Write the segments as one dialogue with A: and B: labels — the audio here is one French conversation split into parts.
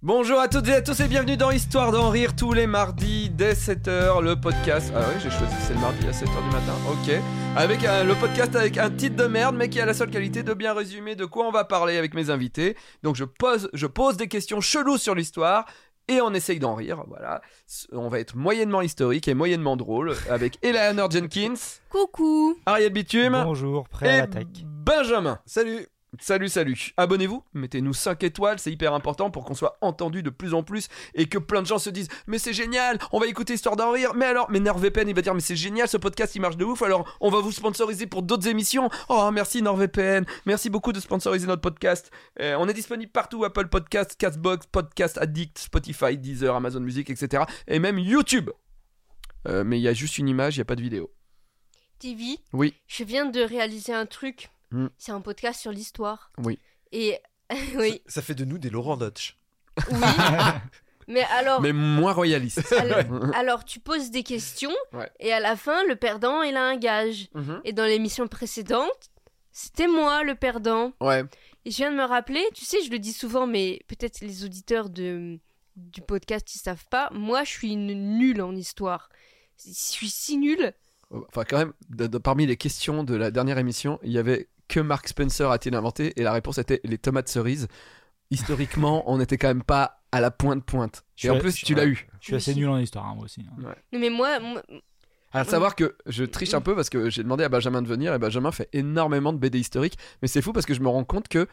A: Bonjour à toutes et à tous et bienvenue dans Histoire d'en rire tous les mardis dès 7h, le podcast. Ah oui, j'ai choisi, c'est le mardi à 7h du matin, ok. Avec euh, le podcast avec un titre de merde, mais qui a la seule qualité de bien résumer de quoi on va parler avec mes invités. Donc je pose, je pose des questions cheloues sur l'histoire. Et on essaye d'en rire, voilà. On va être moyennement historique et moyennement drôle avec Eleanor Jenkins,
B: Coucou
A: Ariel Bitume,
C: Bonjour, prêt à
A: Et
C: l'attaque.
A: Benjamin Salut Salut, salut. Abonnez-vous, mettez-nous 5 étoiles, c'est hyper important pour qu'on soit entendu de plus en plus et que plein de gens se disent Mais c'est génial, on va écouter Histoire d'en rire. Mais alors, mais NordVPN, il va dire Mais c'est génial, ce podcast il marche de ouf, alors on va vous sponsoriser pour d'autres émissions. Oh, merci NordVPN, merci beaucoup de sponsoriser notre podcast. Euh, on est disponible partout Apple Podcast, Castbox, Podcast Addict, Spotify, Deezer, Amazon Music, etc. Et même YouTube. Euh, mais il y a juste une image, il n'y a pas de vidéo.
B: TV,
A: Oui.
B: je viens de réaliser un truc.
A: Hmm.
B: C'est un podcast sur l'histoire.
A: Oui.
B: Et oui,
D: Ça fait de nous des Laurent Dutch.
B: oui. Mais alors,
A: Mais moins royaliste.
B: alors, alors, tu poses des questions
A: Ouais.
B: et à la fin, le perdant, il a un gage.
D: Mm-hmm.
A: Mhm.
B: Et dans l'émission précédente, c'était moi le perdant.
A: Ouais.
B: Et je viens de me rappeler, tu sais, je le dis souvent, mais peut-être les auditeurs de, du podcast, ils savent pas, moi, je suis une nulle en histoire. Je suis si nulle.
A: Enfin, quand même, de- de- parmi les questions de la dernière émission, il y avait que Mark Spencer a-t-il inventé Et la réponse était les tomates cerises. Historiquement, on n'était quand même pas à la pointe pointe. Et
C: Je
A: en
C: suis-
A: plus,
C: je-
A: tu l'as eu.
C: Je suis assez nul en histoire, hein, moi aussi. hein.
B: Non, mais moi, moi-
A: À savoir que je triche un peu parce que j'ai demandé à Benjamin de venir et Benjamin fait énormément de BD historiques. Mais c'est fou parce que je me rends compte que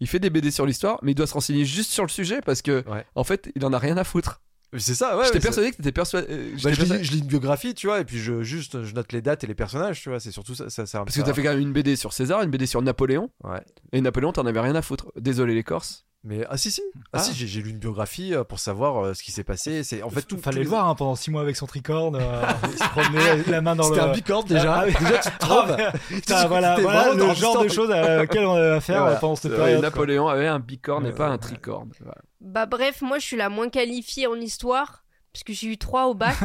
A: il fait des BD sur l'histoire, mais il doit se renseigner juste sur le sujet parce que,
D: Ouais.
A: en fait, il en a rien à foutre.
D: C'est ça, ouais.
A: J'étais
D: ouais, ça-
A: persuadé que t'étais persuadé. euh, j'étais
D: Bah, je,
A: persuadé-
D: lis, je lis une biographie, tu vois, et puis je juste je note les dates et les personnages, tu vois. C'est surtout ça. ça, ça
A: Parce que t'as fait quand même une BD sur César, une BD sur Napoléon,
D: Ouais.
A: et Napoléon, t'en avais rien à foutre. Désolé les Corses.
D: Mais ah si si, ah,
A: Ah.
D: si j'ai- j'ai lu une biographie euh, pour savoir euh, ce qui s'est passé. C'est en fait tout. tous
C: Fallait le
D: les-
C: voir hein, pendant 6 mois avec son tricorne, euh, il se promenait la main dans le.
D: C'était un bicorne déjà.
C: Ah, oui.
D: déjà tu te trompes.
C: Ah,
D: Tu te dis
C: putain,
D: que
C: voilà,
D: t'es
C: voilà
D: vraiment dans
C: le genre de
D: l'histoire.
C: choses à laquelle on avait affaire
D: Voilà.
C: euh, pendant cette
A: Ouais,
C: période. quoi.
A: Napoléon avait un bicorne et
D: Ouais,
A: pas un
D: ouais.
A: tricorne. Voilà.
B: Bah bref, moi je suis la moins qualifiée en histoire, parce que j'ai eu 3 au bac,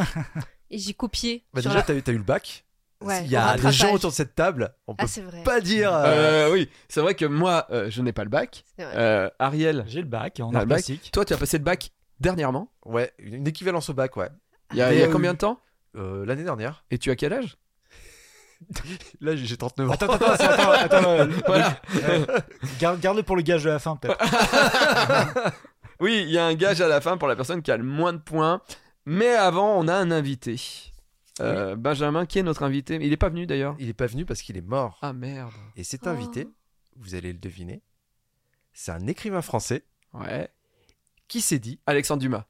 B: et j'ai copié.
D: Bah,
B: sur
D: déjà
B: la-
D: t'as eu, t'as eu le bac.
B: Ouais,
D: Il y
B: au
D: a des
B: rattrapage.
D: gens autour de cette table. On peut
B: Ah c'est vrai.
D: pas dire. euh,
A: Euh, oui, c'est vrai que moi, euh, je n'ai pas le bac.
B: C'est vrai.
A: Euh, Ariel,
C: J'ai le bac hein, en
A: Ah,
C: art
A: le bac.
C: plastique.
A: toi, tu as passé le bac dernièrement.
D: Ouais, une une équivalence au bac, ouais.
A: Il y a,
C: Ah,
D: Mais,
A: il y a
D: euh,
A: combien de temps
D: Euh, L'année dernière.
A: Et tu as quel âge
D: Là j'ai j'ai 39 ans.
C: Attends, attends, attends, attends, attends, euh, le-
A: Voilà.
C: euh, garde- Garde-le pour le gage de la fin, peut-être.
A: Oui, il y a un gage à la fin pour la personne qui a le moins de points. Mais avant, on a un invité. Euh, Benjamin, qui est notre invité Il n'est pas venu d'ailleurs.
D: Il est pas venu parce qu'il est mort.
A: Ah merde.
D: Et cet
B: Oh.
D: invité, vous allez le deviner, c'est un écrivain français
A: Ouais.
D: qui s'est dit
A: Alexandre Dumas.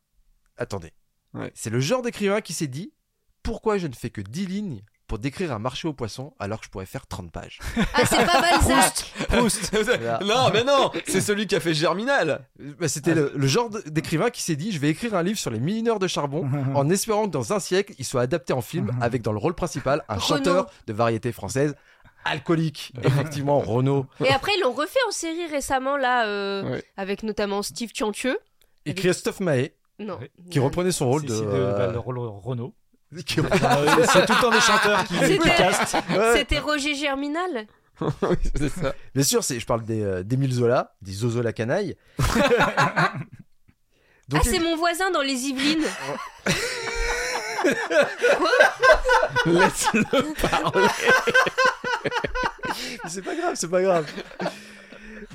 D: Attendez.
A: Ouais.
D: C'est le genre d'écrivain qui s'est dit Pourquoi je ne fais que 10 lignes pour décrire un marché aux poissons alors que je pourrais faire 30 pages
B: Ah c'est pas Balzac
A: non, mais non C'est celui qui a fait Germinal
D: Bah, C'était le, le genre de- d'écrivain qui s'est dit Je vais écrire un livre sur les mineurs de charbon en espérant que dans un siècle, il soit adapté en film avec dans le rôle principal un
B: Renaud.
D: chanteur de variété française alcoolique. Effectivement, Renaud.
B: Et après ils l'ont refait en série récemment là, euh,
A: Ouais.
B: avec notamment Steve Chantieux.
D: Et
B: Avec-
D: Christophe Mahé
B: Non.
D: qui
B: Non.
D: reprenait son rôle
C: C'est-
D: de. euh,
C: c'est de- bah, le rôle Renault.
D: qui-
C: Euh, C'est tout le temps des chanteurs qui
B: C'était-
C: qui castent.
D: Ouais.
B: C'était Roger Germinal.
A: Oui, c'est ça.
D: Bien sûr, c'est, je parle des, euh, d'Émile Zola, des Zozo la canaille. Donc,
B: ah c'est mon voisin dans les Yvelines.
A: Laisse-le parler.
D: c'est pas grave, c'est pas grave.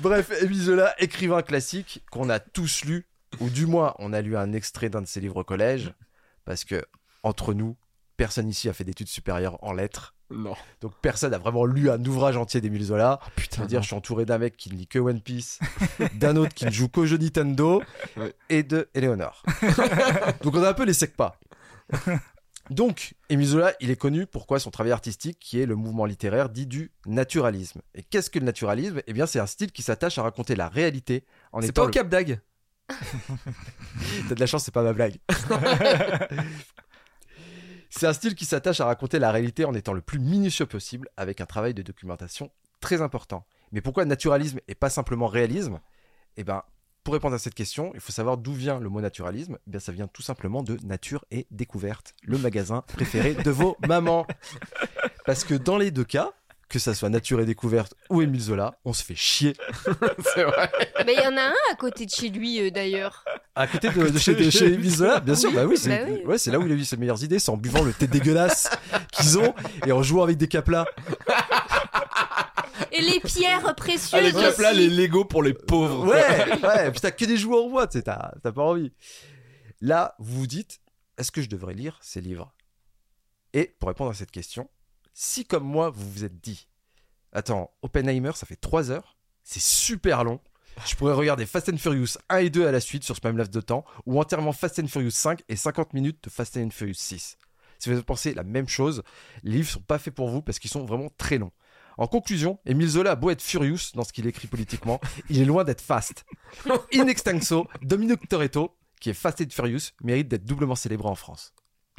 D: Bref, Émile Zola, écrivain classique qu'on a tous lu, ou du moins on a lu un extrait d'un de ses livres au collège, parce que entre nous, personne ici a fait d'études supérieures en lettres.
A: Non.
D: Donc personne n'a vraiment lu un ouvrage entier d'Émile Zola.
A: Oh, Putain.
D: C'est-à-dire, je suis entouré d'un mec qui ne lit que One Piece, d'un autre qui ne joue qu'au jeu Nintendo
A: Ouais.
D: et de Eleonore. Donc on a un peu les sec pas. Donc, Émile Zola, il est connu pourquoi son travail artistique, qui est le mouvement littéraire dit du naturalisme. Et qu'est-ce que le naturalisme Eh bien, c'est un style qui s'attache à raconter la réalité en
A: C'est
D: étant
A: pas au
D: le-
A: Cap d'Ag.
D: T'as de la chance, c'est pas ma blague. c'est un style qui s'attache à raconter la réalité en étant le plus minutieux possible, avec un travail de documentation très important. Mais pourquoi naturalisme et pas simplement réalisme Eh ben, pour répondre à cette question, il faut savoir d'où vient le mot naturalisme. Eh bien, ça vient tout simplement de Nature et Découverte, le magasin préféré de vos mamans. Parce que dans les deux cas, que ça soit Nature et Découverte ou Émile Zola, on se fait chier. c'est vrai.
B: Mais il y en a un à côté de chez lui euh, d'ailleurs.
D: À côté de, de chez, de chez Émile Zola, bien sûr, bah oui,
B: Bah
D: c'est
B: oui.
D: ouais, c'est là où il a eu ses meilleures idées, c'est en buvant le thé dégueulasse qu'ils ont et en jouant avec des caplas.
B: Et les pierres précieuses
D: Avec la
B: aussi.
D: plat, les
A: Lego pour les pauvres.
D: Ouais, ouais, putain, que des joueurs en bois, tu sais, t'as t'as pas envie. Là, vous vous dites, est-ce que je devrais lire ces livres Et pour répondre à cette question, si comme moi, vous vous êtes dit, attends, Oppenheimer, ça fait 3 heures, c'est super long, je pourrais regarder Fast and Furious 1 et 2 à la suite sur ce même laps de temps, ou entièrement Fast and Furious 5 et 50 minutes de Fast and Furious 6. Si vous pensez la même chose, les livres sont pas faits pour vous parce qu'ils sont vraiment très longs. En conclusion, Émile Zola a beau être furious dans ce qu'il écrit politiquement, il est loin d'être fast. In extenso, Dominique Toretto, qui est fast and furious, mérite d'être doublement célébré en France.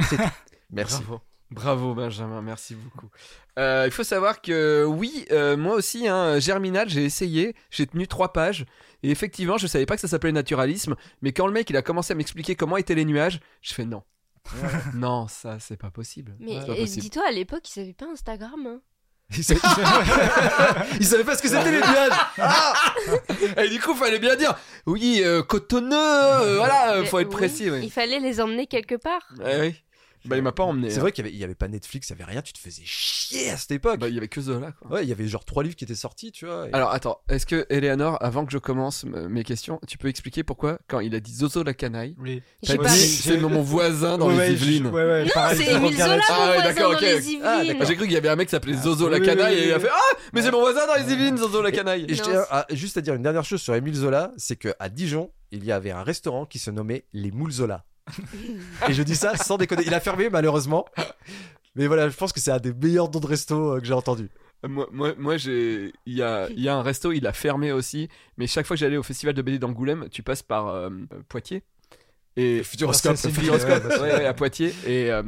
D: C'est tout. Merci.
A: Bravo. Bravo Benjamin, merci beaucoup. Euh, il faut savoir que oui, euh, moi aussi, hein, Germinal, j'ai essayé, j'ai tenu trois pages, et effectivement, je savais pas que ça s'appelait naturalisme, mais quand le mec il a commencé à m'expliquer comment étaient les nuages, je fais non. non, ça c'est pas possible.
B: Mais
A: C'est pas
B: et
A: possible.
B: dis-toi, à l'époque, ils avaient pas Instagram. hein.
D: Il savait, il savait pas ce que c'était les nuages.
A: Ah Et du coup, fallait bien dire, oui, euh, cotonneux, euh, voilà, euh,
B: Mais
A: faut être
B: oui,
A: précis. oui.
B: Il fallait les emmener quelque part.
A: Ouais, oui. Bah, il m'a pas emmené.
D: C'est
A: hein.
D: vrai qu'il y avait, il y avait pas Netflix, il y avait rien, tu te faisais chier à cette époque.
A: Bah, il y avait que Zola. Quoi.
D: Ouais, il y avait genre trois livres qui étaient sortis, tu vois. et-
A: Alors attends, est-ce que Eleanor, avant que je commence m- mes questions, tu peux expliquer pourquoi quand il a dit Zozo la canaille,
C: Oui.
B: J'ai
A: t'as
B: pas-
A: dit
C: j'ai-
A: c'est
C: j'ai-
A: mon
D: Ah,
A: voisin dans
C: Ouais,
A: les
C: ouais,
A: Yvelines
C: je- ouais, ouais,
B: Non,
C: pareil,
B: c'est
C: je
B: Émile
C: regarde
B: Zola,
A: Ah
B: mon
A: ouais,
B: voisin
A: d'accord,
B: dans
A: ok.
B: les
D: Ah,
B: Yvelines.
D: d'accord.
A: J'ai cru qu'il y avait un mec qui s'appelait Zozo
C: Ah. Oui,
A: la
C: oui,
A: canaille
C: oui,
A: et il a
C: oui.
A: fait Ah, mais c'est mon voisin dans les Yvelines, Zozo la canaille.
D: Et je
B: Non,
D: tiens
B: c'est-
D: à- juste à dire une dernière chose sur Émile Zola, c'est que à Dijon, il y avait un restaurant qui se nommait les Moules Zola. et je dis ça sans déconner. Il a fermé malheureusement. Mais voilà, je pense que c'est un des meilleurs dons de resto euh, que j'ai entendu.
A: Moi, moi, moi, j'ai. Il y a, il y a un resto, il a fermé aussi, mais chaque fois que j'allais au festival de BD d'Angoulême, tu passes par euh, Poitiers. Et.
D: Futuroscope.
C: c'est- c'est-
A: Futuroscope,
C: Ouais, ouais,
A: ouais, ouais, à Poitiers. Et euh,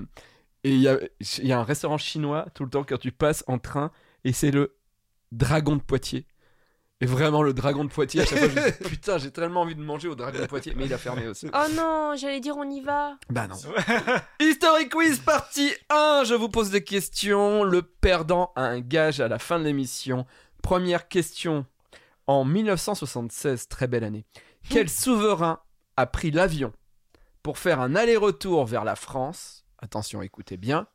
A: et il y, a, il y a un restaurant chinois tout le temps quand tu passes en train, et c'est le Dragon de Poitiers. Et vraiment, le Dragon de Poitiers, à chaque fois, je me dis, putain, j'ai tellement envie de manger au Dragon de Poitiers, mais il a fermé aussi.
B: Oh non, j'allais dire on y va.
A: Bah non. History Quiz partie 1, je vous pose des questions, le perdant a un gage à la fin de l'émission. Première question, en 1976, très belle année, quel souverain a pris l'avion pour faire un aller-retour vers la France, attention écoutez bien,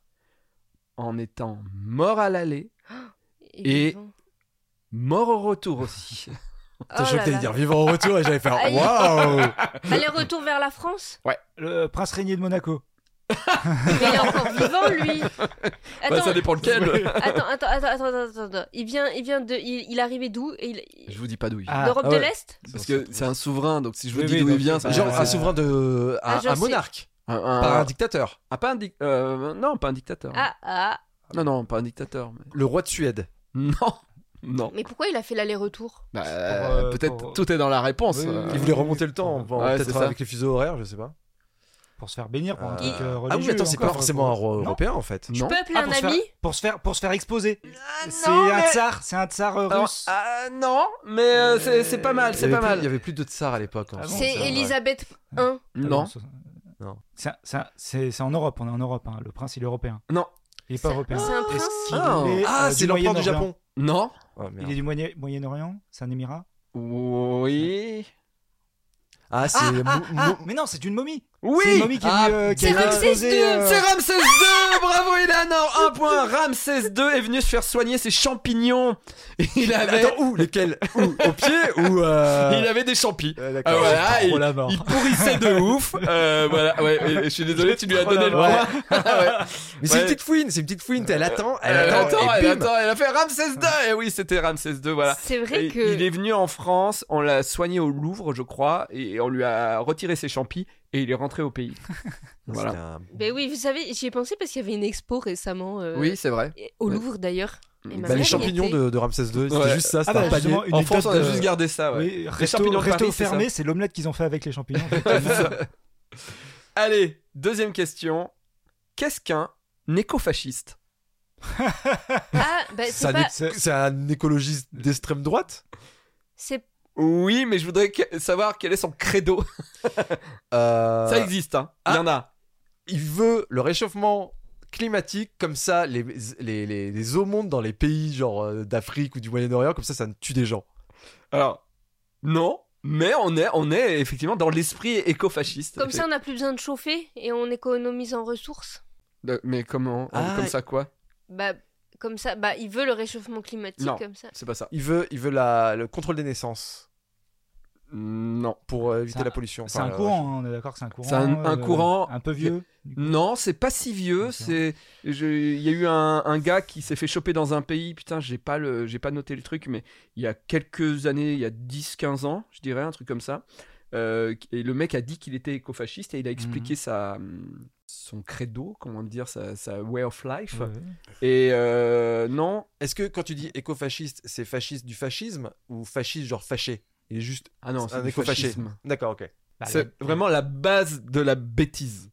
A: en étant mort à l'aller, Et-
B: vivant.
A: mort au retour aussi
B: Oh
D: Putain, je
B: là
D: vais
B: là.
D: dire vivant en retour et j'allais faire
B: Aïe.
D: waouh.
B: Allez, retour vers la France
C: Le prince régné de Monaco.
B: Mais il est encore vivant, lui Attends,
A: Bah, Ça dépend lequel
B: attends, attends, attends, attends, attends, attends. Il vient, il vient de... Il, il arrivait d'où Et il- il-
A: Je vous dis pas d'où il vient.
C: Ah,
B: D'Europe
D: ah
B: de
D: ouais.
B: l'Est
A: Parce que c'est un souverain, donc si je vous
C: Oui,
A: dis
C: oui,
A: d'où il
C: donc,
A: vient, ça
C: euh,
D: Genre
A: va-
D: un souverain de
B: Ah,
D: un,
B: je
D: un
B: sais.
D: monarque,
A: un-
D: pas
A: un-
D: un dictateur,
A: Ah, pas un dic- euh, non, pas un dictateur.
B: Ah, ah
A: Non, non, pas un dictateur. mais-
D: le roi de Suède.
A: Non, non.
B: Mais pourquoi il a fait l'aller-retour
A: Bah,
C: euh,
A: peut-être
C: pour-
A: tout est dans la réponse.
C: Oui,
A: euh.
C: oui,
D: Il
C: oui.
D: voulait remonter le temps, bon,
A: Ouais, c'est
D: peut-être
A: ça.
D: avec les fuseaux horaires, je sais pas.
C: Pour se faire bénir pour un
D: Euh,
C: truc euh, religieux.
D: ah oui, mais attends, c'est pas
C: encore,
D: forcément un
C: pour-
D: roi
C: Non.
D: européen en fait.
A: Non.
B: Peuple
C: Ah,
B: un
C: pour se faire-
B: ami
C: Pour se faire, pour se faire exposer. c'est
A: Ah non,
C: un
A: mais-
C: tsar, c'est un tsar euh,
A: Alors,
C: russe.
A: ah, non, mais euh, c'est c'est pas mal,
D: Il y
A: c'est
D: avait
A: pas
D: plus- Il y
A: mal.
D: avait plus de tsar à l'époque. hein. Oh, en
C: Ah
D: fait,
C: bon,
B: C'est
D: vrai.
B: Elisabeth 1.
A: Non,
C: Ah
D: Non.
C: C'est- c'est- C'est c'est en Europe, on est en Europe. hein. Le prince, il est européen.
A: Non.
C: Il est pas
B: C'est-
C: européen.
B: c'est un prince
C: Est-ce qu'il
A: Ah.
C: est,
D: Ah,
C: euh,
D: c'est l'empereur du
C: Moyen-Orient
D: Japon.
A: non.
D: Oh, merde.
C: Il est du Moyen- Moyen-Orient C'est un émirat
A: Oui.
D: Ah, c'est.
C: ah,
D: Mou-
C: ah, ah,
D: Mou-
C: mais non, c'est une momie C'est une
A: Oui.
C: momie qui
A: Ah,
C: est venue, euh, qui
B: c'est
C: est venue
B: Ramsès
C: exposer,
B: II,
C: euh,
A: C'est Ramsès II Bravo Eleanor Un point Ramsès II est venu se faire soigner ses champignons. Il avait,
D: Attends, où Lesquels Où Au pied Ou. euh,
A: ah. il avait des champis.
D: euh, d'accord.
A: Ah, voilà,
D: Trop
A: il-
D: la mort.
A: Il pourrissait de ouf. Euh, voilà, ouais, et- et je suis désolé, tu lui as
C: trop
A: donné le
C: la
A: point. Ah ouais.
D: Mais c'est une
A: Ouais.
D: petite fouine, c'est une petite fouine, elle attend, elle
A: Elle attend,
D: attend, Euh, et
A: elle
D: bim.
A: attend, elle a fait Ramsès II. Et oui, c'était Ramsès II, voilà.
B: C'est vrai
A: Et
B: que...
A: Il est venu en France, on l'a soigné au Louvre, je crois, et on lui a retiré ses champis, et il est rentré au pays. Voilà.
D: C'était un-
B: Ben oui, vous savez, j'y ai pensé parce qu'il y avait une expo récemment euh,
A: Oui, c'est vrai.
B: et- au Louvre d'ailleurs. Et ma
D: Bah, les
B: mère y
D: champignons
B: était.
D: de, de Ramsès II,
A: Ouais.
D: c'était juste ça,
C: Ah
D: c'était
C: bah,
D: un panier.
C: justement, une
A: En France, on a
C: anecdose de-
A: juste gardé ça. Ouais.
C: Oui, resto,
A: champignons de
C: resto
A: Paris, c'est
C: fermé, c'est l'omelette qu'ils ont fait avec les champignons.
A: Allez, deuxième question. Qu'est-ce qu'un écofasciste
B: Ah, bah,
D: C'est
B: c'est
D: un
B: pas.
D: é- C'est un écologiste d'extrême droite
B: c'est-
A: Oui, mais je voudrais que- savoir quel est son credo.
D: Euh,
A: Ça existe, hein. Il y en a.
D: Il veut le réchauffement climatique, comme ça, les, les, les, les eaux montent dans les pays genre euh, d'Afrique ou du Moyen-Orient, comme ça, ça ne tue des gens.
A: Alors, non, mais on est, on est effectivement dans l'esprit écofasciste.
B: Comme ça, on n'a plus besoin de chauffer et on économise en ressources.
A: Euh, Mais comment
D: Ah,
A: Comme ça quoi
B: Bah, comme ça, bah, il veut le réchauffement climatique
A: Non.
B: comme ça.
A: C'est pas ça.
D: Il veut, il veut la, le contrôle des naissances
A: Non.
D: pour euh, éviter
C: C'est un-
D: la pollution.
C: C'est
D: Enfin,
C: un
D: euh,
C: courant, hein, on est d'accord que c'est un courant.
A: C'est un- un
C: euh,
A: courant-
C: Un peu vieux. du coup.
A: Non, c'est pas si vieux.
C: D'accord.
A: C'est, je- il y a eu un, un gars qui s'est fait choper dans un pays. Putain, j'ai pas le, j'ai pas noté le truc, mais il y a quelques années, il y a 10-15 ans, je dirais, un truc comme ça. Euh, et le mec a dit qu'il était écofasciste et il a expliqué
C: Mhm.
A: sa, hum, son credo, comment dire, sa, sa way of life.
C: Ouais, ouais.
A: Et euh, non,
D: Est-ce que quand tu dis écofasciste, c'est fasciste du fascisme ou fasciste genre fâché Il est juste
A: ah non, c'est
D: un
A: du
D: écofascé.
A: fascisme.
D: D'accord, ok.
C: Bah,
A: C'est
C: la-
A: vraiment la base de la bêtise.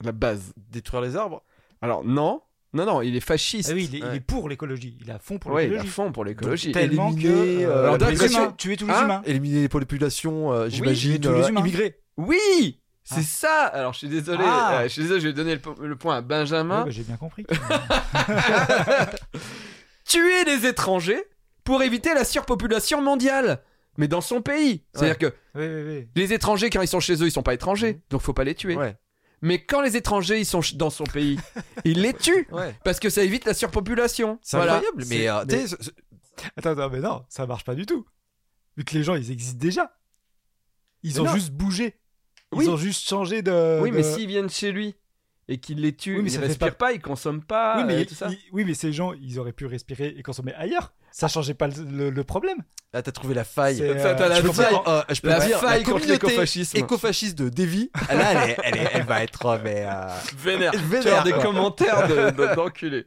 A: La base.
D: Détruire les arbres
A: Alors non, non, non, il est fasciste.
C: Ah oui, il est, il
D: Ouais.
C: est pour l'écologie. Il a fond pour
A: Ouais, il est à
C: l'écologie.
A: fond pour l'écologie.
D: Donc,
C: Tellement que
D: Éliminer, euh,
A: Alors,
C: les
A: d'accord,
C: humains,
A: tu-
C: tuer tous les
A: Hein
C: humains.
D: Éliminer les populations, euh, j'imagine,
C: tous les
D: euh,
C: humains.
D: immigrés.
A: Oui, c'est
C: Ah.
A: ça. Alors je suis désolé,
C: Ah.
A: euh, je suis désolé, je vais donner le, po- le point à Benjamin.
C: Ouais, bah, J'ai bien compris. Ah
A: Tuer les étrangers pour éviter la surpopulation mondiale, mais dans son pays. C'est-à-dire que
C: Oui, oui, oui.
A: les étrangers quand ils sont chez eux, ils sont pas étrangers,
C: Mm-hmm.
A: donc faut pas les tuer.
D: Ouais,
A: Mais quand les étrangers ils sont ch- dans son pays, il les tue
D: ouais.
A: parce que ça évite la surpopulation.
D: C'est
A: Voilà.
D: incroyable, mais,
A: C'est-
D: euh,
A: mais-
D: t'sais, ce- ce-
C: Attends, attends, mais non, ça marche pas du tout. Vu que les gens, ils existent déjà. Ils
A: Mais
C: ont
A: non.
C: juste bougé. Ils
A: Oui.
C: ont juste changé de.
A: Oui,
C: de-
A: mais
D: Euh,
A: s'ils viennent chez lui et qu'il les tue,
C: Oui, mais
A: ils
C: ça fait
A: respirent pas... ils consomment pas,
C: oui, mais,
A: euh, tout ça. Ah.
C: ils- oui, mais ces gens, ils auraient pu respirer et consommer ailleurs. Ça changeait pas le, le- le problème.
D: là, t'as trouvé la faille.
C: C'est,
A: Ça, t'as la
D: je peux
A: faille.
D: dire, euh, je peux
A: La
D: dire,
A: faille contre
D: communauté
A: l'écofascisme.
D: écofasciste de Davy, Ah, là, elle, est- elle, est- elle va être, euh, mais, euh,
A: Vénère.
D: Vénère,
A: Tu as des
D: quoi.
A: commentaires de- de- d'enculés.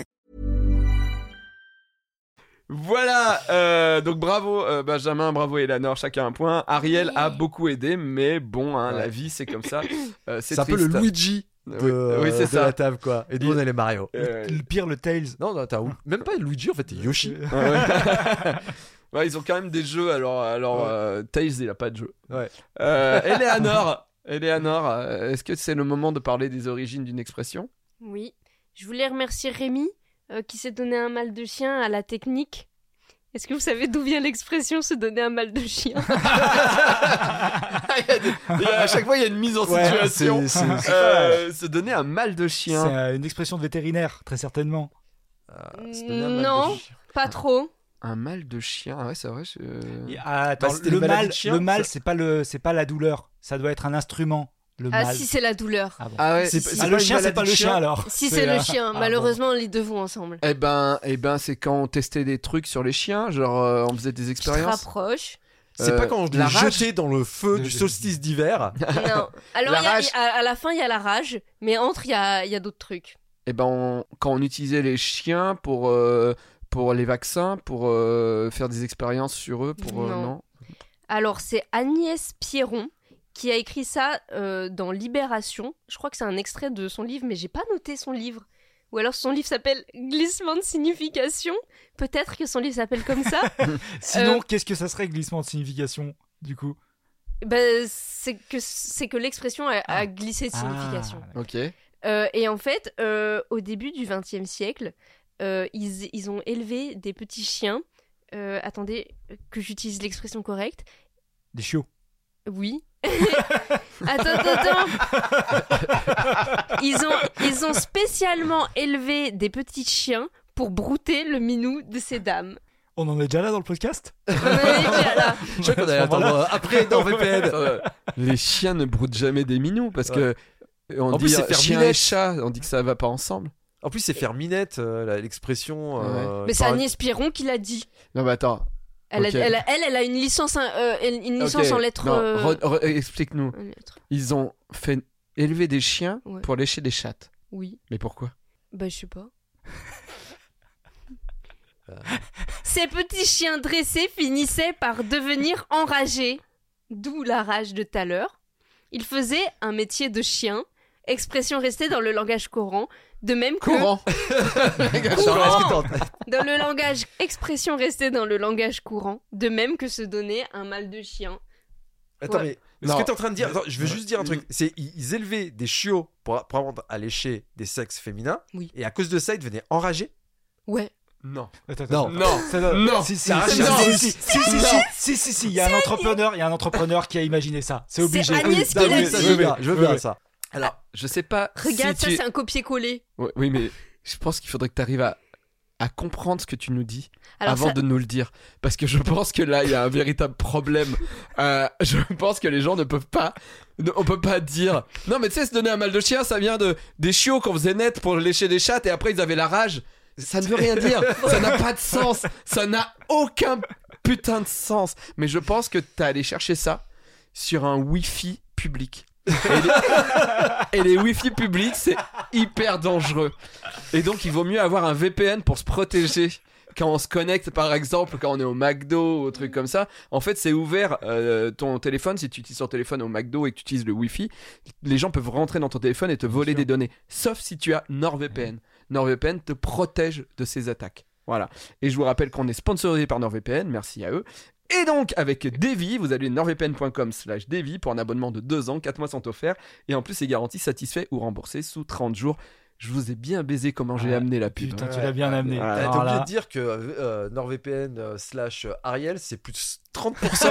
A: Voilà, euh, donc bravo euh, Benjamin, bravo Eleanor, chacun un point. Ariel a
B: Ouais.
A: beaucoup aidé, mais bon, hein,
D: Ouais.
A: la vie c'est comme ça. Euh, c'est
D: c'est un peu le
A: triste.
D: Luigi de,
A: oui,
D: euh,
A: c'est
D: de
A: ça.
D: la table, quoi. Et nous,
A: Il-
D: on est les Mario.
A: Euh,
C: Le pire, le Tails.
D: Non, non, t'as même pas Luigi, en fait, t'es Yoshi.
C: Euh,
A: ouais, ouais. Ouais, ils ont quand même des jeux, alors, alors
D: Ouais.
A: euh, Tails il a pas de jeu.
D: Ouais.
A: Euh, Eleanor, Eleanor, euh, est-ce que c'est le moment de parler des origines d'une expression
B: Oui. Je voulais remercier Rémi euh, qui s'est donné un mal de chien à la technique. Est-ce que vous savez d'où vient l'expression se donner un mal de chien
A: Il y a des- il y a- À chaque fois il y a une mise en
C: Ouais,
A: situation.
D: c'est- c'est-
A: Euh, se donner un mal de
C: C'est
A: chien.
C: euh, une expression de vétérinaire, très certainement.
D: C'est donné un mal de
B: Non.
D: chien.
B: Pas trop.
A: Un mal de chien, ah ouais, c'est vrai. je-
C: Et- ah, attends,
D: Bah, c'était
C: le
D: les maladies
C: mal,
D: de chiens,
C: le mal,
D: ça-
C: c'est pas le, c'est pas la douleur. Ça doit être un instrument. Le
B: Ah
C: mal.
B: si, c'est la douleur.
C: Ah bon.
A: Ah ouais,
D: C'est-
A: si,
D: c'est
A: si.
C: Ah,
D: pas
C: le
D: une
C: chien, c'est
D: maladie
C: pas
D: de
C: le
D: chien.
C: chien alors.
B: Si c'est le
C: euh,
B: chien,
C: ah,
B: malheureusement les deux vont ensemble.
A: Eh ben, eh ben c'est quand on testait des trucs sur les chiens, genre euh, on faisait des
B: Tu te
A: expériences.
B: rapproches.
D: C'est
A: Euh,
D: pas quand je
A: la
D: l'ai
A: rage.
D: jeté dans le feu
C: De-
D: du
C: de-
D: solstice d'hiver.
B: Non. Alors,
A: La
B: il y a-
A: rage.
B: à, à la fin, il y a la rage, mais entre, il y a, il y a d'autres trucs.
A: Eh ben, on- quand on utilisait les chiens pour, euh, pour les vaccins, pour euh, faire des expériences sur eux, pour euh,
B: Non.
A: non.
B: Alors, c'est Agnès Pierron qui a écrit ça euh, dans Libération. Je crois que c'est un extrait de son livre, mais j'ai pas noté son livre. Ou alors son livre s'appelle Glissement de signification. Peut-être que son livre s'appelle comme ça.
C: bon.
B: Euh,
C: Sinon, qu'est-ce que ça serait glissement de signification du coup
B: ben, c'est que c'est que l'expression a, a glissé de signification.
C: Ah,
A: Ok.
B: Euh, et en fait, euh, au début du XXe siècle, euh, ils, ils ont élevé des petits chiens. Euh, attendez, que j'utilise l'expression correcte.
C: Des chiots.
B: Oui. attends, attends, attends. Ils ont, ils ont spécialement élevé des petits chiens pour brouter le minou de ces dames.
C: On en est déjà là dans le podcast
B: On en est déjà là.
D: Je crois qu'on allait attendre euh, après dans VPN. Euh,
A: Les chiens ne broutent jamais des minous parce que. On
D: En
A: dit
D: plus, c'est
A: euh,
D: faire
A: chien et
D: minette.
A: chat, on dit que ça va pas ensemble.
D: En plus, c'est faire minette, euh, la- l'expression. euh,
B: Mais c'est
D: par-
B: Agnès Piron qui l'a dit.
A: Non, mais attends.
B: Elle,
A: Ok.
B: a, elle, a- elle, elle a une licence, hein, euh, une une licence
A: Ok,
B: en lettres.
A: non,
B: euh,
A: re- re- Explique-nous.
B: en lettres.
A: Ils ont fait élever des chiens
B: Ouais.
A: pour lécher des chattes.
B: Oui.
A: Mais pourquoi
B: Bah, je sais pas.
A: Euh.
B: Ces petits chiens dressés finissaient par devenir enragés, d'où la rage de tout à l'heure. Ils faisaient un métier de chien, expression restée dans le langage courant, de même que
A: Courant
D: Genre, est-ce que t'es en-
B: dans le langage expression restée dans le langage courant, de même que se donner un mal de chien.
D: Attends,
B: Ouais.
D: mais
A: Non. Mm.
D: ce que t'es en train de dire, attends, je veux juste dire un truc. C'est ils, ils élevaient des chiots pour, pour apprendre à lécher des sexes féminins,
B: Oui.
D: et à cause de ça, ils devenaient enragés.
B: Ouais.
A: Non.
C: Attends, attends.
D: Non.
A: Non.
C: Ça doit-
A: Non.
C: si, si,
A: C'est un
C: si,
A: chien.
C: si, si, si, si, si, si, si, si, il y a un entrepreneur, il y a un entrepreneur qui a imaginé ça. C'est
B: C'est
C: obligé. Ah
B: Agnès
C: Oui,
B: qui l'a
C: oui,
B: dit.
C: ça,
D: ça,
C: oui,
D: je veux
C: oui,
D: bien, je veux
C: oui,
D: bien
C: oui.
D: ça.
A: Alors, je sais pas.
B: Regarde,
A: si
B: ça
A: tu-
B: c'est un copier-coller.
A: Ouais, Oui, mais je pense qu'il faudrait que tu arrives à, à comprendre ce que tu nous dis
B: Alors
A: avant
B: ça-
A: de nous le dire. Parce que je pense que là, il y a un véritable problème. Euh, je pense que les gens ne peuvent pas. ne- on peut pas dire. Non, mais tu sais, se donner un mal de chien, ça vient de des chiots qu'on faisait naître pour lécher des chattes et après ils avaient la rage. Ça ne veut rien dire. ça n'a pas de sens. Ça n'a aucun putain de sens. Mais je pense que t'as allé chercher ça sur un wifi public. Et les, et les wifi publics, c'est hyper dangereux. Et donc, il vaut mieux avoir un VPN pour se protéger. Quand on se connecte, par exemple, quand on est au McDo ou un truc comme ça, en fait, c'est ouvert euh, ton téléphone. Si tu utilises ton téléphone au McDo et que tu utilises le Wi-Fi, les gens peuvent rentrer dans ton téléphone et te voler des données. Sauf si tu as NordVPN. NordVPN te protège de ces attaques. Voilà. Et je vous rappelle qu'on est sponsorisé par NordVPN. Merci à eux. Et donc, avec Devi, vous allez nordvpn.com slash Devi pour un abonnement de 2 ans, 4 mois sont offerts. Et en plus, c'est garanti satisfait ou remboursé sous 30 jours. Je vous ai bien baisé comment j'ai
C: Ah,
A: amené la pub.
C: Putain,
A: hein.
C: tu l'as bien amené.
A: Ah,
D: T'as
C: Alors
D: t'as oublié
C: là,
D: de dire que euh, NordVPN euh, slash euh, Ariel, c'est plus de 30%.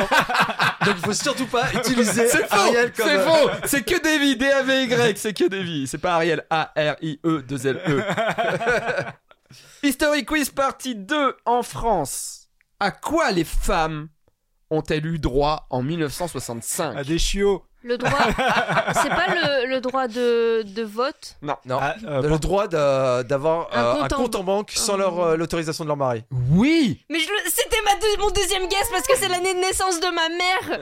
D: Donc il faut surtout pas utiliser
A: C'est faux,
D: Ariel comme.
A: c'est
D: euh,
A: faux, c'est que Devi, D-A-V-Y, c'est que Devi, c'est pas Ariel, A-R-I-E, 2 L-E. History Quiz partie 2 en France. À quoi les femmes ont-elles eu droit en 1965
C: à des chiots.
B: Le droit. c'est pas le, le droit de, de vote
D: Non.
C: Ah, euh,
D: le droit d'a- d'avoir
B: Un
D: euh,
B: compte
D: un,
B: en-
D: compte en banque sans leur, euh, l'autorisation de leur mari.
A: Oui
B: Mais je le- c'était ma deux- mon deuxième guess parce que c'est l'année de naissance de ma mère.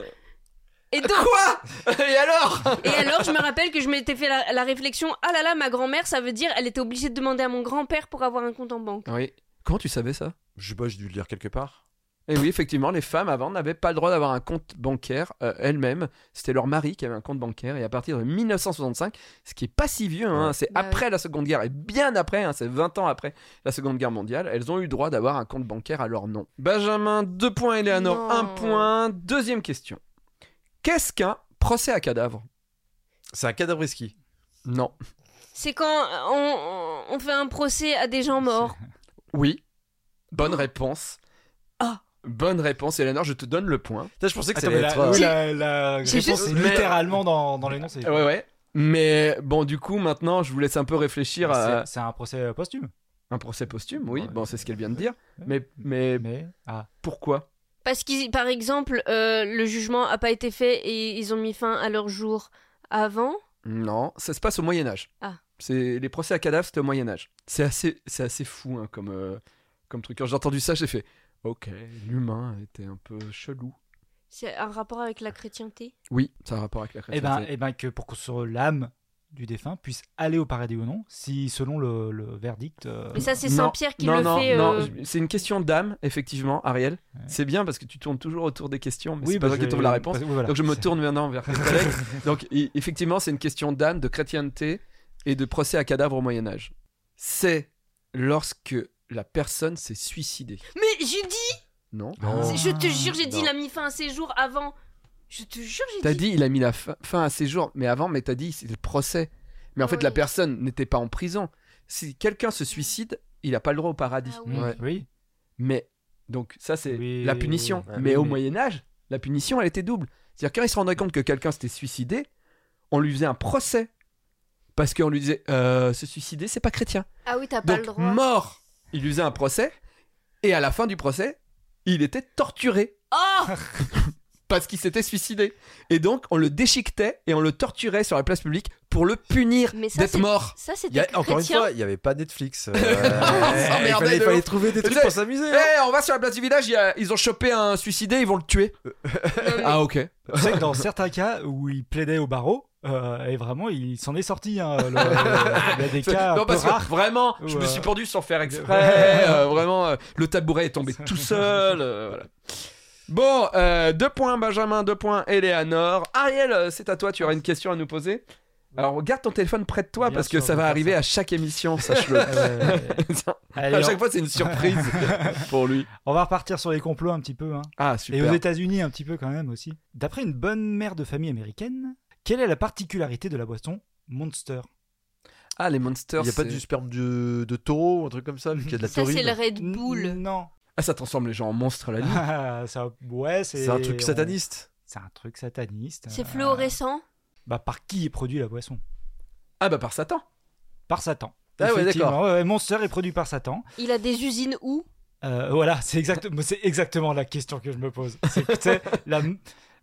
B: Et donc,
A: Quoi Et alors
B: et alors, je me rappelle que je m'étais fait la, la réflexion ah là là, ma grand-mère, ça veut dire elle était obligée de demander à mon grand-père pour avoir un compte en banque.
A: Oui. Comment tu savais ça
D: Je sais pas, j'ai dû le lire quelque part.
A: Et oui, effectivement, les femmes avant n'avaient pas le droit d'avoir un compte bancaire euh, elles-mêmes. C'était leur mari qui avait un compte bancaire. Et à partir de 1965, ce qui est pas si vieux, hein, c'est
B: Bah
A: après la Seconde Guerre et bien après, hein, c'est 20 ans après la Seconde Guerre mondiale, elles ont eu droit d'avoir un compte bancaire à leur nom. Benjamin, 2 points, Eleanor,
B: Non.
A: 1 point. Deuxième question. Qu'est-ce qu'un procès à cadavre
D: C'est un cadavre risqué.
A: Non.
B: C'est quand on, on fait un procès à des gens morts.
A: Oui. Bonne réponse.
B: Ah.
A: Bonne réponse, Eleanor, je te donne le point.
D: Putain, je pensais que ça
C: Attends,
D: allait être.
C: mais la,
D: euh,
C: oui, la, la réponse
B: J'ai juste-
C: est
A: Mais- euh,
C: littéralement dans, dans l'énoncé.
A: Ouais, ouais. Mais bon, du coup, maintenant, je vous laisse un peu
C: C'est
A: réfléchir à.
C: c'est un procès euh, posthume.
A: Un procès posthume, oui,
C: Ouais.
A: bon, c'est ce qu'elle vient de dire.
C: Ouais.
A: Mais, mais
C: Mais ah,
A: pourquoi
B: Parce que, par exemple, euh, le jugement a pas été fait et ils ont mis fin à leur jour avant.
A: Non, ça se passe au Moyen-Âge.
B: Ah.
A: Les procès à cadavres, c'était au Moyen-Âge. C'est assez, c'est assez fou hein, comme, euh, comme truc. Quand j'ai entendu ça, j'ai fait Ok, l'humain était un peu chelou.
B: C'est un rapport avec la chrétienté.
A: Oui, ça a rapport avec la
C: et
A: chrétienté.
C: ben, et ben que pour que sur l'âme du défunt puisse aller au paradis ou non, si selon le, le verdict. euh,
B: Mais ça, c'est
A: Non,
B: Saint-Pierre qui
A: non,
B: le
A: non,
B: fait.
A: Non,
B: euh,
A: c'est une question d'âme, effectivement, Ariel. C'est bien parce que tu tournes toujours autour des questions, mais
C: oui,
A: c'est
C: bah,
A: pas toi
C: je
A: qui
C: vais-
A: trouve la réponse.
C: parce- oui, voilà.
A: Donc je me
C: C'est-
A: tourne maintenant vers mes collègues. Donc i- effectivement, c'est une question d'âme, de chrétienté et de procès à cadavre au Moyen Âge. C'est lorsque la personne s'est suicidée.
B: Mais j'ai dit
A: Non
C: Non.
B: C'est- Je te jure, j'ai dit,
D: Non.
B: il a mis fin à ses jours avant. Je te jure,
A: T'as
B: j'ai dit.
A: dit il a mis la fin, fin à ses jours, mais avant, mais t'as dit c'est le procès. Mais en fait,
B: Oui.
A: la personne n'était pas en prison. Si quelqu'un se suicide, il n'a pas le droit au paradis.
B: Ah
C: Mm.
B: Ouais.
C: Oui.
A: Mais donc ça c'est
C: Oui.
A: la punition.
C: Ouais.
A: Mais
C: Oui,
A: au
C: mais-
A: Moyen Âge, la punition, elle était double. C'est-à-dire, quand il se rendait compte que quelqu'un s'était suicidé, on lui faisait un procès. Parce qu'on lui disait, euh, se suicider, c'est pas chrétien.
B: Ah oui, t'as pas
A: Donc,
B: le droit.
A: mort, il lui faisait un procès. Et à la fin du procès, il était torturé.
B: Oh
A: Parce qu'il s'était suicidé. Et donc, on le déchiquetait et on le torturait sur la place publique pour le punir
B: Mais ça,
A: d'être
B: c'est-
A: mort.
B: Ça,
D: Il y
B: c'était
D: a- encore une
B: chrétien.
D: fois, il n'y avait pas Netflix. euh,
C: Eh,
B: Ah,
A: Eh,
D: il
A: s'emmerdait
D: fallait,
A: de
D: fallait
A: ouf.
D: trouver des
A: Tu
D: trucs
A: sais,
D: pour s'amuser.
A: Eh,
D: hein.
A: on va sur la place du village, il y a- ils ont chopé un suicidé, ils vont le tuer.
B: Non, mais-
A: Ah, ok.
C: Tu sais que dans certains cas où il plaidait au barreau, euh, et vraiment, il s'en est sorti. hein, le- il y a des cas un
A: non,
C: peu
A: parce que
C: rares.
A: vraiment,
C: Ou,
A: je me
C: euh,
A: suis pendu sans faire exprès. euh, vraiment, euh, le tabouret est tombé tout seul. euh, voilà. Bon, euh, deux points Benjamin, deux points Eleanor. Ariel, euh, c'est à toi, tu auras une question à nous poser. Alors garde ton téléphone près de toi
C: Bien
A: parce que
C: sûr,
A: ça
C: je vais
A: va
C: faire
A: arriver
C: ça.
A: à chaque émission, sache-le.
C: Euh, allez,
A: à
C: on-
A: chaque fois, c'est une surprise pour lui.
C: on, va repartir sur les complots un petit peu. hein.
A: Ah,
C: Et
A: super.
C: aux États-Unis un petit peu quand même aussi. D'après une bonne mère de famille américaine, quelle est la particularité de la boisson Monster
A: Ah, les monsters.
D: Il n'y a pas
A: c'est-
D: du sperme de, de taureau, un truc comme ça, vu qu'il y a de la
B: ça, c'est
D: taurine.
B: le Red
C: N-
B: Bull.
C: Non.
A: Ah, ça transforme les gens en monstres la nuit.
C: Ah, ça- ouais, c'est
D: C'est un truc
C: on-
D: sataniste.
C: C'est un truc sataniste.
B: C'est
C: Euh,
B: fluorescent.
C: Bah par qui est produit la boisson
A: Ah, bah par Satan.
C: Par Satan.
D: Ah ouais,
C: Effectivement,
D: d'accord.
C: ouais, ouais, Monster est produit par Satan.
B: Il a des usines où
C: Euh, voilà, c'est exact- c'est exactement la question que je me pose. C'est que, tu sais, la,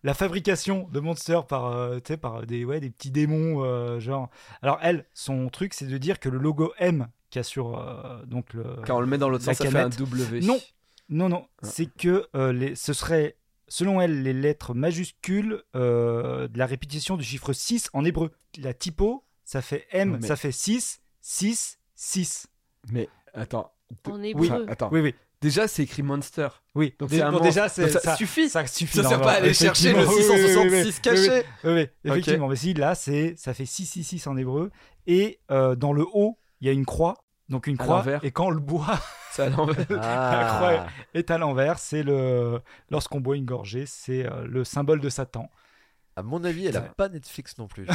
C: la fabrication de Monster par, euh, tu sais, par des, ouais, des petits démons, euh, genre. Alors elle, son truc, c'est de dire que le logo M qu'il y a sur euh, donc le.
A: Quand on le met dans l'autre
C: La
A: sens, ça fait un
C: canette.
A: W.
C: Non. Non, non,
A: Ah.
C: c'est que euh, les, ce serait, selon elle, les lettres majuscules euh, de la répétition du chiffre 6 en hébreu. La typo, ça fait M,
A: Non, mais-
C: ça fait 6, 6, 6.
A: Mais attends.
B: En
C: Oui.
B: hébreu.
A: Attends.
C: Oui, oui,
A: Déjà, c'est écrit monster.
C: oui.
A: Donc
C: Dé-
A: c'est un
C: bon,
A: monstre.
C: déjà, c'est-
A: Donc ça,
C: ça,
A: suffit.
C: ça suffit.
A: Ça sert
C: normalement,
A: pas à aller chercher le
C: effectivement. Oui, oui, oui,
A: 666
C: oui, oui, oui.
A: caché.
C: Oui, oui, effectivement. Mais si, là, c'est, ça fait 6, 6, 6 en hébreu. Et euh, dans le haut, il y a une croix. Donc une
A: À
C: croix.
A: l'envers.
C: Et quand le bois
A: C'est à l'envers.
C: Incroyable. est à l'envers, c'est le. Lorsqu'on boit une gorgée, c'est euh, le symbole de Satan.
D: À mon avis, elle a
C: Putain.
D: pas Netflix non plus.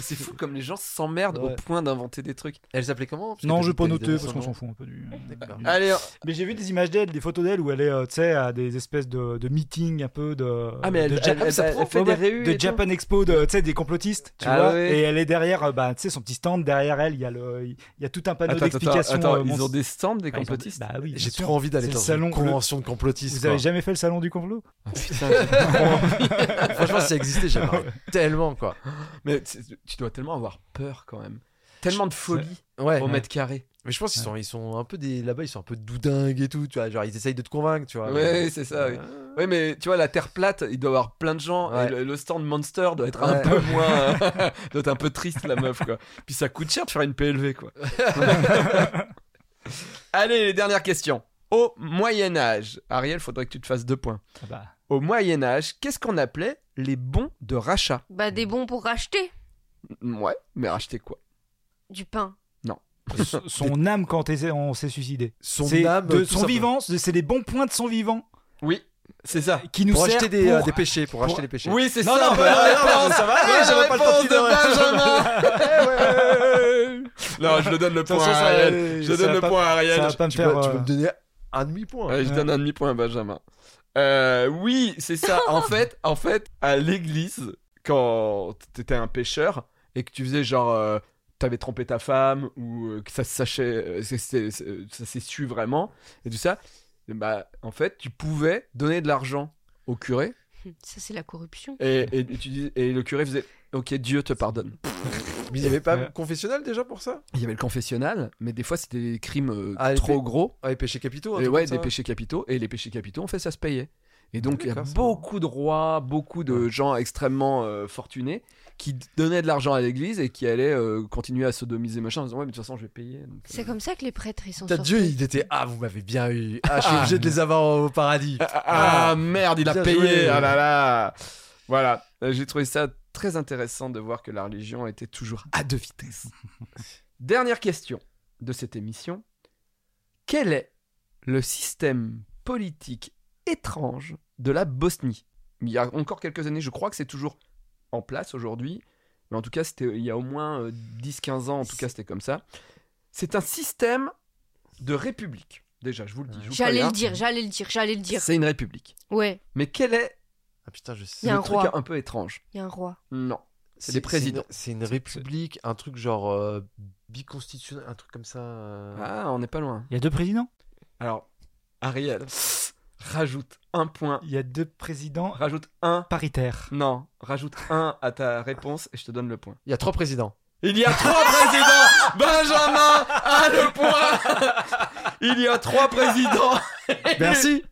A: C'est fou comme les gens s'emmerdent
D: Ouais.
A: au point d'inventer des trucs.
D: Elle s'appelait comment Parce que
C: non,
D: t'as
C: je
D: dit
C: vais pas
D: que t'avais
C: noter
D: donné
C: parce
D: son
C: qu'on s'en
D: nom.
C: fout un peu du.
D: D'accord.
C: du-
A: Allez.
C: Mais j'ai vu des images d'elle, des photos d'elle où elle est, euh, tu sais, à des espèces de, de meetings un peu de.
A: Ah, mais elle-
C: de
A: elle-
C: Ja-
A: elle-
C: ça
A: elle
C: prend,
A: fait
C: ouais,
A: des
C: ouais,
A: réus et
C: De
A: tout.
C: Japan Expo, de, tu sais, des complotistes, tu
A: Ah
C: vois.
A: ouais.
C: Et elle est derrière, euh, bah, tu sais, son petit stand derrière elle, il y a le, il y a tout un panneau
A: Attends, attends,
C: d'explications.
A: attends,
C: euh,
A: Ah, ils
C: monstres.
A: ont des stands des
C: Bah, ils ont-
A: complotistes.
C: Bah oui. bien
D: J'ai
C: sûr.
D: trop envie d'aller
C: C'est
D: dans
C: le salon
D: une
C: que-
D: convention de complotistes.
C: Vous
D: quoi.
C: avez jamais fait le salon du complot
A: Ah, putain, j'ai-
D: Franchement, si ça existait, j'aimerais tellement quoi.
A: mais tu tu dois tellement avoir peur quand même. Tellement de folie
D: Ouais.
A: au mètre carré.
D: Mais je pense qu'ils sont, ils sont un peu des là-bas, ils sont un peu doudingues et tout. Tu vois, genre ils essayent de te convaincre, tu vois.
A: Ouais, c'est ça, oui. Oui, mais tu vois, la terre plate, il doit y avoir plein de gens.
D: Ouais.
A: Et le, le stand Monster doit être un
D: Ouais.
A: peu moins. doit être un peu triste, la meuf, quoi. Puis ça coûte cher de faire une PLV, quoi. Allez, les dernières questions. Au Moyen-Âge, Ariel, faudrait que tu te fasses deux points.
C: Ah bah,
A: Au Moyen-Âge, qu'est-ce qu'on appelait les bons de rachat
B: Bah, des bons pour racheter
D: Mm,
A: Ouais, mais racheter quoi
B: du pain.
C: son- Son âme quand t'es- on s'est suicidé.
D: Son
C: C'est
D: âme,
C: de
D: tout
C: son
D: simplement.
C: vivant, c'est c'est des bons points de son vivant
A: Oui, c'est ça.
C: qui nous
D: Pour
C: sert
D: acheter des, euh,
C: pour-
D: des péchés, pour, acheter des péchés.
A: Oui, c'est
C: Non,
A: ça.
C: non,
A: bonne
C: bah,
D: Ah,
A: réponse.
C: non, non, ça va,
A: Bonne
C: j'avais pas le
A: réponse
C: temps
A: de Benjamin. non, je le donne le
C: De toute
A: point à
C: façon, ça-
A: Ariel. euh, Je
C: ça
A: donne
C: va
A: le
C: pas-
A: point à
C: ça
A: Ariel.
C: va pas me
D: tu, peux,
C: faire.
D: tu peux
C: euh,
D: me donner un demi point.
A: Ouais, je donne un demi-point à Benjamin. Euh, oui, c'est ça. En fait, en fait, à l'église, quand t'étais un pêcheur et que tu faisais genre, euh, t'avais trompé ta femme ou euh, que ça se sachait, euh, c'est- c'est- c'est- ça s'est su vraiment et tout ça, bah en fait, tu pouvais donner de l'argent au curé
B: Ça, c'est la corruption.
A: et, et tu dis- et le curé faisait, ok, Dieu te pardonne.
D: Mais il n'y avait pas
C: Ouais.
D: confessionnal déjà pour ça
A: Il y avait le confessionnal, mais des fois c'était des crimes euh,
D: Ah, les
A: trop
D: pé-
A: gros.
D: Ah, les péchés capitaux. un
A: Et
D: truc
A: ouais,
D: comme ça. Ah,
A: des péchés capitaux. Et les péchés capitaux, en fait, ça se payait. Et donc, il y a
D: D'accord, c'est
A: beaucoup de rois, beaucoup de gens extrêmement euh, fortunés qui donnaient de l'argent à l'église et qui allaient euh, continuer à sodomiser machin en disant Ouais, mais de toute façon, je vais payer. Donc, euh,
B: C'est comme ça que les prêtres, ils s'en
D: Putain,
B: sortent.
D: Dieu, il était ah vous m'avez bien eu. Ah je suis obligé de les avoir au paradis.
A: Ah, ah, ah, merde, il a
D: Bien
A: payé.
D: joué.
A: Ah là là. Voilà. Euh, J'ai trouvé ça très intéressant de voir que la religion était toujours à deux vitesses. Dernière question de cette émission. Quel est le système politique étrange de la Bosnie Il y a encore quelques années, je crois que c'est toujours en place aujourd'hui. Mais en tout cas, c'était il y a au moins euh, 10-15 ans, en tout cas, c'était comme ça. C'est un système de république. Déjà, je vous le dis. je vous
B: J'allais
A: préviens.
B: le dire, j'allais le dire, j'allais le dire.
A: C'est une république.
B: Ouais.
A: Mais quel est
D: Ah, putain, je sais.
B: Il y a
A: le
B: un
A: truc
B: roi.
A: un peu étrange.
B: Il y a un roi.
A: Non. C'est des présidents.
D: C'est une, c'est une république, un truc genre euh, biconstitutionnel, un truc comme ça. euh.
A: Ah, on n'est pas loin.
C: Il y a deux présidents
A: Alors, Ariel, rajoute un point.
C: Il y a deux présidents
A: Rajoute un.
C: paritaires. Ah,
A: Non, rajoute un à ta réponse et je te donne le point.
D: Il y a trois présidents.
A: Il y a trois présidents Benjamin a le point Il y a trois présidents
D: Merci.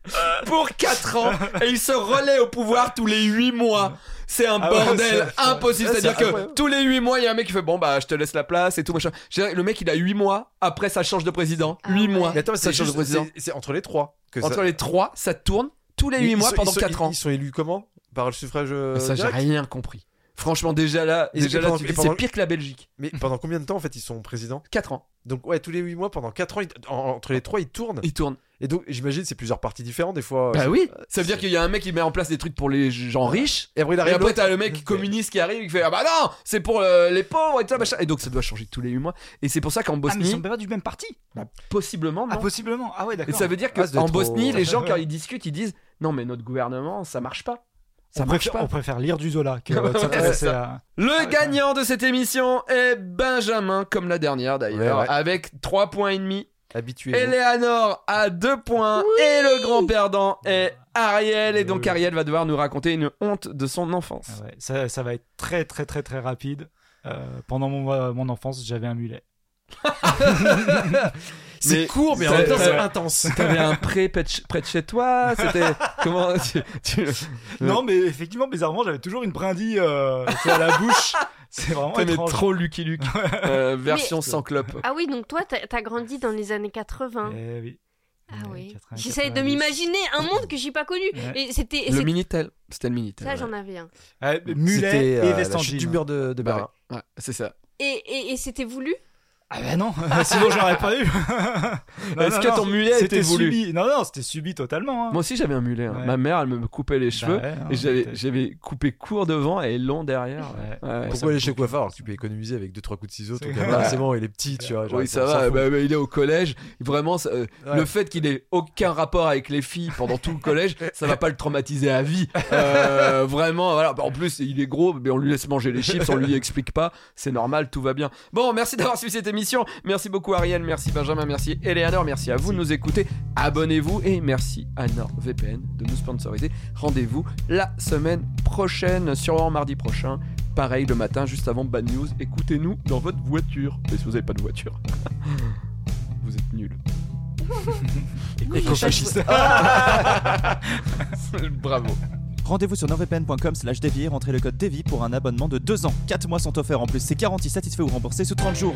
A: pour quatre ans et il se relaie au pouvoir tous les huit mois. C'est un
C: Ah ouais,
A: bordel
C: c'est-
A: impossible.
D: Ah, c'est
A: C'est-à-dire que
D: incroyable.
A: tous les huit mois, il y a un mec qui fait Bon, bah, je te laisse la place et tout machin. Je veux dire, Le mec, il a huit mois. Après, ça change de président.
B: Ah
A: Huit
B: ouais.
A: mois.
D: Mais attends, mais
A: ça
D: c'est
A: change de
D: juste-
A: président.
D: c'est- C'est entre les trois. Que
A: Entre
D: ça-
A: les trois, ça tourne tous les
D: Mais
A: huit
D: ils
A: mois
D: sont-
A: pendant
D: ils sont-
A: quatre
D: ils-
A: ans.
D: Ils sont élus comment Par le suffrage. euh,
A: Mais ça, j'ai
D: direct
A: rien compris. Franchement, déjà là,
D: Et c'est
A: déjà là,
D: pendant-
A: tu-
D: et
A: c'est
D: pendant-
A: pire que la Belgique.
D: Mais pendant combien de temps en fait ils sont présidents
A: Quatre ans.
D: Donc ouais, tous les huit mois, pendant quatre ans, ils- en- entre les trois, ils tournent.
A: Il tourne.
D: Et donc j'imagine c'est plusieurs partis différents des fois.
A: Bah
D: euh,
A: oui. Ça veut dire
D: c'est-
A: qu'il y a un mec qui met en place des trucs pour les gens riches.
D: Et après, il
A: Et
D: arrive
A: après,
D: l'autre.
A: t'as le mec communiste qui arrive et qui fait Ah bah non, c'est pour euh, les pauvres et tout, machin. Et donc, ça doit changer tous les huit mois. Et c'est pour ça qu'en
C: Ah, mais ils
A: Bosnie,
C: sont pas du même parti
A: bah, possiblement, non.
C: Ah, possiblement. Ah ouais,
A: et
C: d'accord.
A: ça veut dire
D: Ah, ça
A: que
D: doit
A: en
D: être
A: Bosnie,
D: au-
A: les gens, quand ils discutent, ils disent Non, mais notre gouvernement, ça marche pas. Ça
C: on,
A: marche
C: préfère,
A: pas.
C: on préfère lire du Zola que de
A: Ouais,
C: s'intéresser
A: c'est
C: à...
A: Le gagnant de cette émission est Benjamin, comme la dernière d'ailleurs,
D: Ouais, ouais.
A: avec 3 points et demi.
D: Habitué.
A: Eleanor a 2 points et le grand perdant est Ariel. Et donc
C: Oui.
A: Ariel va devoir nous raconter une honte de son enfance.
C: Euh, Ah ouais, ça, ça va être très très très très rapide. Euh, pendant mon, euh, mon enfance, j'avais un mulet.
D: C'est
A: Mais-
D: court, mais en
A: Ça-
D: même temps
A: ça-
D: c'est intense.
A: T'avais un pré près de ch- près de chez toi C'était. Comment tu- tu- Ouais.
C: Non, mais effectivement, bizarrement, j'avais toujours une brindille euh, tu vois, à la bouche. C'est vraiment
A: T'aimais
C: étrange.
A: trop Lucky Luke. Euh, version
B: Mais-
A: sans clope.
B: Ah oui, donc toi, t'as t'as grandi dans les années 80.
C: Eh oui.
B: Ah oui.
C: 80,
B: J'essaie de
C: 90.
B: m'imaginer un monde que j'ai pas connu.
C: Ouais.
B: Et c'était.
A: Le
B: c'était-
A: Minitel. C'était le Minitel.
B: Ça, j'en avais un.
C: Ouais, mulet
D: C'était, euh,
C: et veste
D: la
C: en
D: chute du
C: jean.
D: mur de, de
A: Bah
D: Berlin.
A: ouais. Ouais, c'est ça.
B: Et, et, et c'était voulu
C: Ah bah non, sinon j'aurais pas eu. Non,
A: Est-ce
C: non,
A: que
C: non,
A: ton mulet
C: c'était
A: était voulu
C: subi. Non, non, c'était subi totalement. hein.
A: Moi aussi j'avais un mulet. hein.
C: Ouais.
A: Ma mère elle me coupait les cheveux
C: ouais, hein,
A: et j'avais
C: peut-être.
A: j'avais coupé court devant et long derrière.
C: Ouais.
A: Ouais, ouais.
D: Pourquoi aller chez le coiffeur alors que tu peux économiser avec 2-3 coups de ciseaux ton
C: C'est-
D: gamin, C'est bon, il est petit, tu vois. genre,
A: Oui,
D: il
A: ça
D: s'en
A: va,
D: fout.
A: bah, bah, il est au collège. Vraiment, ça, euh,
D: Ouais.
A: le fait qu'il ait aucun rapport avec les filles pendant tout le collège, ça va pas le traumatiser à vie. Euh, vraiment, voilà. Bah, En plus, il est gros, mais on lui laisse manger les chips, on lui explique pas. C'est normal, tout va bien. Bon, merci d'avoir suivi cette émission. Merci beaucoup, Ariel. Merci, Benjamin. Merci, Eleanor. Merci à vous de nous écouter. Abonnez-vous et merci à NordVPN de nous sponsoriser. Rendez-vous la semaine prochaine, sûrement mardi prochain. Pareil le matin, juste avant Bad News, écoutez-nous dans votre voiture. Et si vous n'avez pas de voiture, vous êtes nul.
C: Éco-fasciste.
A: Bravo.
E: Rendez-vous sur nordvpn.com slash dévier, rentrez le code dévi pour un abonnement de 2 ans. 4 mois sont offerts en plus, c'est garanti satisfait ou remboursé sous 30 jours.